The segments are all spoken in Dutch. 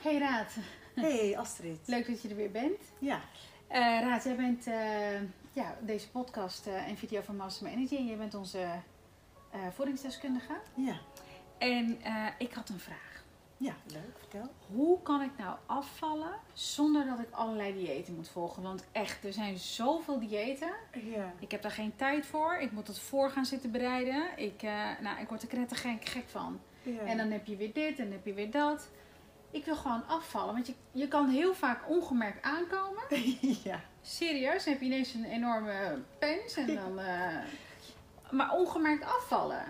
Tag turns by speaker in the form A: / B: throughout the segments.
A: Hey Raad,
B: Hey Astrid.
A: leuk dat je er weer bent.
B: Ja,
A: Eh, Raad, jij bent eh, ja, deze podcast eh, en video van Master My Energy en jij bent onze eh, voedingsdeskundige.
B: ja,
A: En eh, ik had een vraag.
B: ja, leuk. Vertel.
A: Hoe kan ik nou afvallen zonder dat ik allerlei diëten moet volgen? Want echt, er zijn zoveel diëten.
B: Ja.
A: Ik heb daar geen tijd voor. Ik moet het voor gaan zitten bereiden. Ik, eh, nou, ik word er knettergek gek van.
B: ja.
A: En dan heb je weer dit en dan heb je weer dat. Ik wil gewoon afvallen, want je, je kan heel vaak ongemerkt aankomen.
B: ja.
A: Serieus, dan heb je ineens een enorme pens en dan... eh, maar ongemerkt afvallen?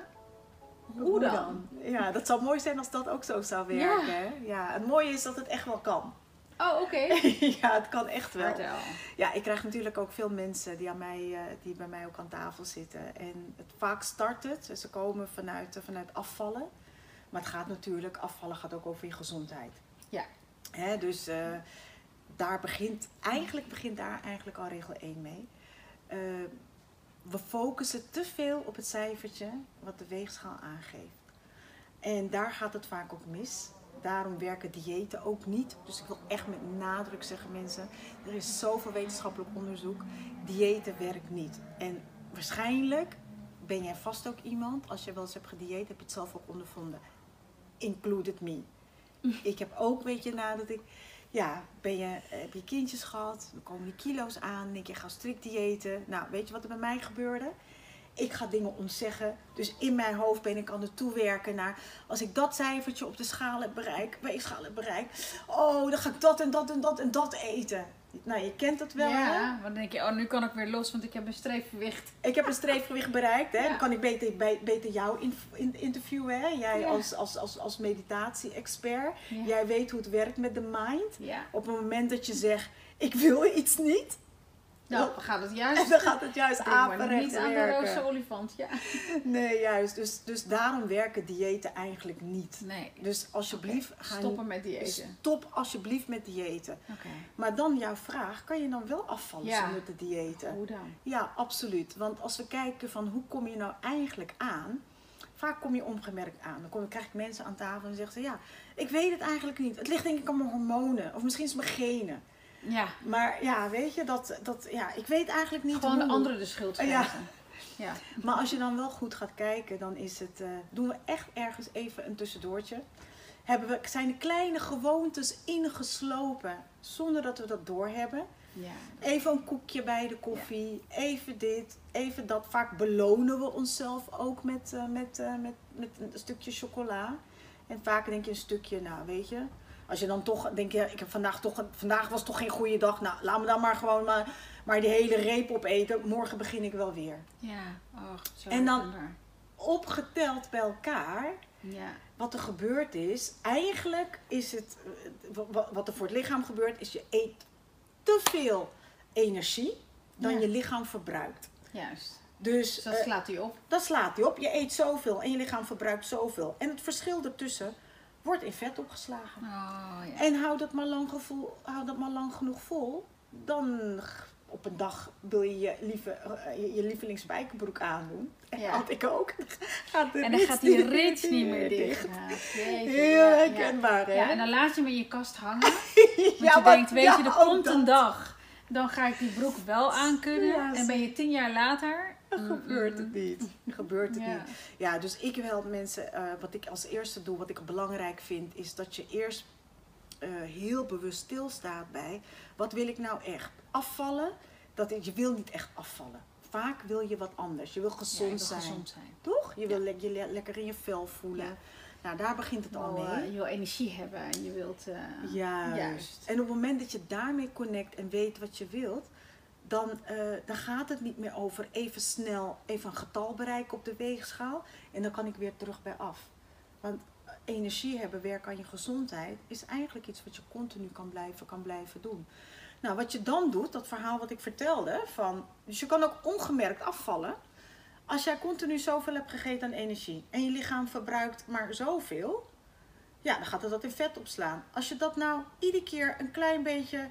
A: Hoe dan?
B: Ja, dat zou mooi zijn als dat ook zo zou werken. hè? Ja. het mooie is dat het echt wel kan.
A: Oh, oké.
B: ja, het kan echt wel.
A: Vertel.
B: Ja, ik krijg natuurlijk ook veel mensen die, aan mij, eh, die bij mij ook aan tafel zitten. En het, vaak start het, dus ze komen vanuit, eh, vanuit afvallen. Maar het gaat natuurlijk, afvallen gaat ook over je gezondheid.
A: Ja.
B: Hè, dus eh, daar begint, eigenlijk begint daar eigenlijk al regel 1 mee. Eh, we focussen te veel op het cijfertje wat de weegschaal aangeeft. En daar gaat het vaak ook mis. Daarom werken diëten ook niet. Dus ik wil echt met nadruk zeggen, mensen, er is zoveel wetenschappelijk onderzoek. Diëten werkt niet. En waarschijnlijk ben jij vast ook iemand, als je wel eens hebt gedieet, heb je het zelf ook ondervonden. Included me. Ik heb ook, weet je, nadat ik, ja, ben je, eh, heb je kindjes gehad, dan komen die kilo's aan, dan denk je, ga strikt diëten. Nou, weet je wat er bij mij gebeurde? Ik ga dingen ontzeggen. Dus in mijn hoofd ben ik aan het toewerken naar. Als ik dat cijfertje op de schaal heb bereikt, weegschaal heb bereikt. Oh, dan ga ik dat en dat en dat en dat eten. Nou, je kent dat wel. hè?
A: Ja, want dan denk je, oh, nu kan ik weer los, want ik heb een streefgewicht.
B: Ik heb een streefgewicht bereikt. Hè?
A: Ja.
B: Dan kan ik beter, bij- beter jou in, in- interviewen. Hè? Jij
A: Ja.
B: als, als, als, als meditatie-expert.
A: Ja.
B: Jij weet hoe het werkt met de mind.
A: Ja.
B: Op het moment dat je zegt, ik wil iets niet.
A: Nou, gaat het
B: En
A: juist.
B: dan gaat het juist
A: Denk maar
B: averechts
A: niet aan de
B: werken.
A: roze olifant, ja.
B: Nee, juist. Dus, dus daarom werken diëten eigenlijk niet.
A: Nee,
B: Dus alsjeblieft, ga
A: stoppen met diëten.
B: stop alsjeblieft met diëten.
A: Oké.
B: Maar dan jouw vraag, kan je dan wel afvallen
A: Ja.
B: zonder te diëten?
A: Hoe dan?
B: Ja, absoluut. Want als we kijken van hoe kom je nou eigenlijk aan, vaak kom je ongemerkt aan. Dan kom, krijg ik mensen aan tafel en zeggen ze, ja, ik weet het eigenlijk niet. Het ligt denk ik aan mijn hormonen of misschien is het mijn genen.
A: Ja,
B: Maar ja, weet je, dat, dat, ja, ik weet eigenlijk niet
A: gewoon de
B: hoe.
A: anderen de schuld
B: Ja.
A: geven. Ja.
B: Maar als je dan wel goed gaat kijken, dan is het, eh, doen we echt ergens even een tussendoortje. Hebben we, zijn de kleine gewoontes ingeslopen zonder dat we dat doorhebben.
A: ja.
B: Even een koekje bij de koffie, even dit, even dat. Vaak belonen we onszelf ook met, eh, met, eh, met, met een stukje chocola. En vaak denk je een stukje, nou weet je. Als je dan toch denk je, ik heb vandaag toch, een- vandaag was toch geen goede dag. Nou, laat me dan maar gewoon maar, maar die hele reep opeten. Morgen begin ik wel weer.
A: Ja, och, zo
B: En dan-
A: bijzonder.
B: Opgeteld bij elkaar,
A: Ja,
B: wat er gebeurd is, eigenlijk is het, eh, wa- wa- wat er voor het lichaam gebeurt, is je eet te veel energie dan
A: Ja.
B: je lichaam verbruikt.
A: juist.
B: Dus
A: Dus dat
B: eh,
A: slaat hij op.
B: dat slaat hij op. Je eet zoveel en je lichaam verbruikt zoveel. En het verschil ertussen wordt in vet opgeslagen.
A: Oh, ja.
B: En hou dat maar lang, gevoel, hou dat maar lang genoeg vol. Dan g- op een dag wil je je, lieve, eh, je, je lievelingsbijkenbroek aandoen. En
A: Ja.
B: had ik ook. Dan Gaat de
A: En dan
B: rits
A: gaat die
B: niet meer
A: rits niet meer dicht. Ja, jeetje,
B: Heel
A: ja,
B: herkenbaar,
A: ja.
B: hè?
A: Ja, en dan laat je hem in je kast hangen. Want
B: Ja,
A: je
B: want-
A: denkt, weet
B: ja,
A: je, er
B: ook
A: komt een
B: dat.
A: dag. Dan ga ik die broek wel aankunnen.
B: Ja,
A: en ben je tien jaar later...
B: Gebeurt het niet. Gebeurt het
A: Ja.
B: niet. Ja, dus ik help mensen. eh, wat ik als eerste doe, wat ik belangrijk vind, is dat je eerst eh, heel bewust stilstaat bij wat wil ik nou echt? Afvallen? Dat, is- je wil niet echt afvallen. Vaak wil je wat anders. Je wil
A: Ja, ik
B: gezond
A: wil
B: zijn.
A: gezond zijn.
B: Toch? Je wil le- je le- lekker in je vel voelen.
A: Ja.
B: Nou, daar begint het
A: Je
B: al
A: wil,
B: mee.
A: eh, je wil energie hebben. En je wilt... eh,
B: Juist.
A: Juist.
B: En op het moment dat je daarmee connect en weet wat je wilt, dan, eh, dan gaat het niet meer over even snel even een getal bereiken op de weegschaal en dan kan ik weer terug bij af. Want eh, energie hebben, werken aan je gezondheid, is eigenlijk iets wat je continu kan blijven, kan blijven doen. Nou, wat je dan doet, dat verhaal wat ik vertelde, van, dus je kan ook ongemerkt afvallen. Als jij continu zoveel hebt gegeten aan energie en je lichaam verbruikt maar zoveel, ja, dan gaat het dat in vet opslaan. Als je dat nou iedere keer een klein beetje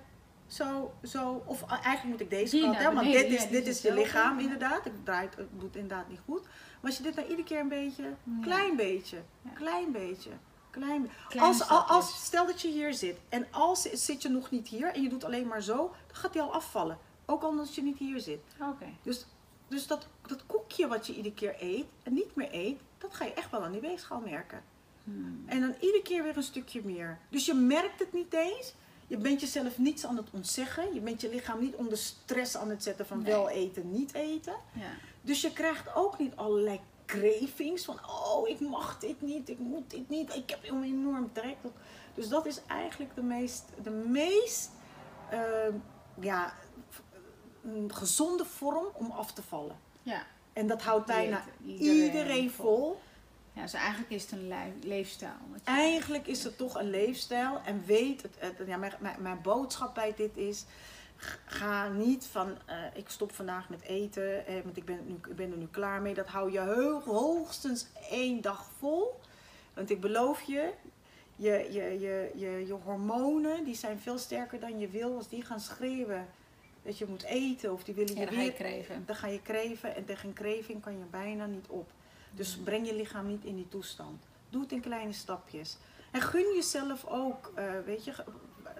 B: zo, zo, of eigenlijk moet ik deze
A: Die
B: kant,
A: naar
B: hè, want
A: beneden,
B: dit
A: ja,
B: is,
A: die
B: dit
A: is
B: is je
A: hetzelfde,
B: lichaam
A: ja.
B: inderdaad. Ik draai het, het doet inderdaad niet goed. Maar als je dit nou iedere keer een beetje,
A: Ja.
B: klein beetje,
A: Ja.
B: klein beetje, Klein.
A: Kleine
B: Als, al-
A: stapjes.
B: als, stel dat je hier zit en als zit je nog niet hier en je doet alleen maar zo, dan gaat die al afvallen. Ook al als je niet hier zit.
A: Oké.
B: Dus, dus dat, dat koekje wat je iedere keer eet en niet meer eet, dat ga je echt wel aan die weegschaal merken.
A: Hmm.
B: En dan iedere keer weer een stukje meer. Dus je merkt het niet eens. Je bent jezelf niets aan het ontzeggen. Je bent je lichaam niet onder stress aan het zetten van
A: Nee.
B: wel eten, niet eten.
A: Ja.
B: Dus je krijgt ook niet allerlei cravings van oh, ik mag dit niet, ik moet dit niet, ik heb een enorm trek. Dat- Dus dat is eigenlijk de meest, de meest eh, ja, f- een gezonde vorm om af te vallen.
A: ja.
B: En dat houdt bijna
A: Dieet,
B: iedereen, vol.
A: Ja, dus eigenlijk is het een lijf- leefstijl. wat je-
B: Eigenlijk is het toch een leefstijl. En weet, het, het- ja, mijn, mijn, mijn boodschap bij dit is. g- Ga niet van, eh, ik stop vandaag met eten, eh, want ik ben, nu, ik ben er nu klaar mee. Dat hou je heug- hoogstens één dag vol. Want ik beloof je, je, je, je, je, je hormonen die zijn veel sterker dan je wil. Als die gaan schreeuwen dat je moet eten of die willen
A: Ja,
B: je
A: dan ga je
B: weer
A: kreven.
B: dan ga je kreven en tegen een kreving kan je bijna niet op. Dus breng je lichaam niet in die toestand. Doe het in kleine stapjes. En gun jezelf ook, eh, weet je, ge- eh,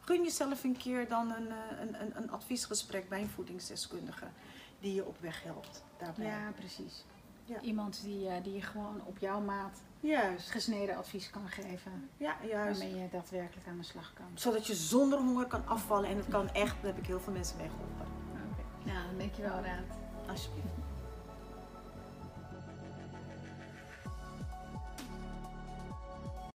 B: gun jezelf een keer dan een, eh, een, een, een adviesgesprek bij een voedingsdeskundige die je op weg helpt daarbij.
A: Ja, precies.
B: Ja.
A: Iemand die, eh, die je gewoon op jouw maat
B: Juist.
A: gesneden advies kan geven.
B: Ja, juist.
A: Waarmee je daadwerkelijk aan de slag kan.
B: Zodat je zonder honger kan afvallen en het kan echt, daar heb ik heel veel mensen mee geholpen.
A: Oké. Nou, Ah, dan denk je wel raad.
B: Alsjeblieft.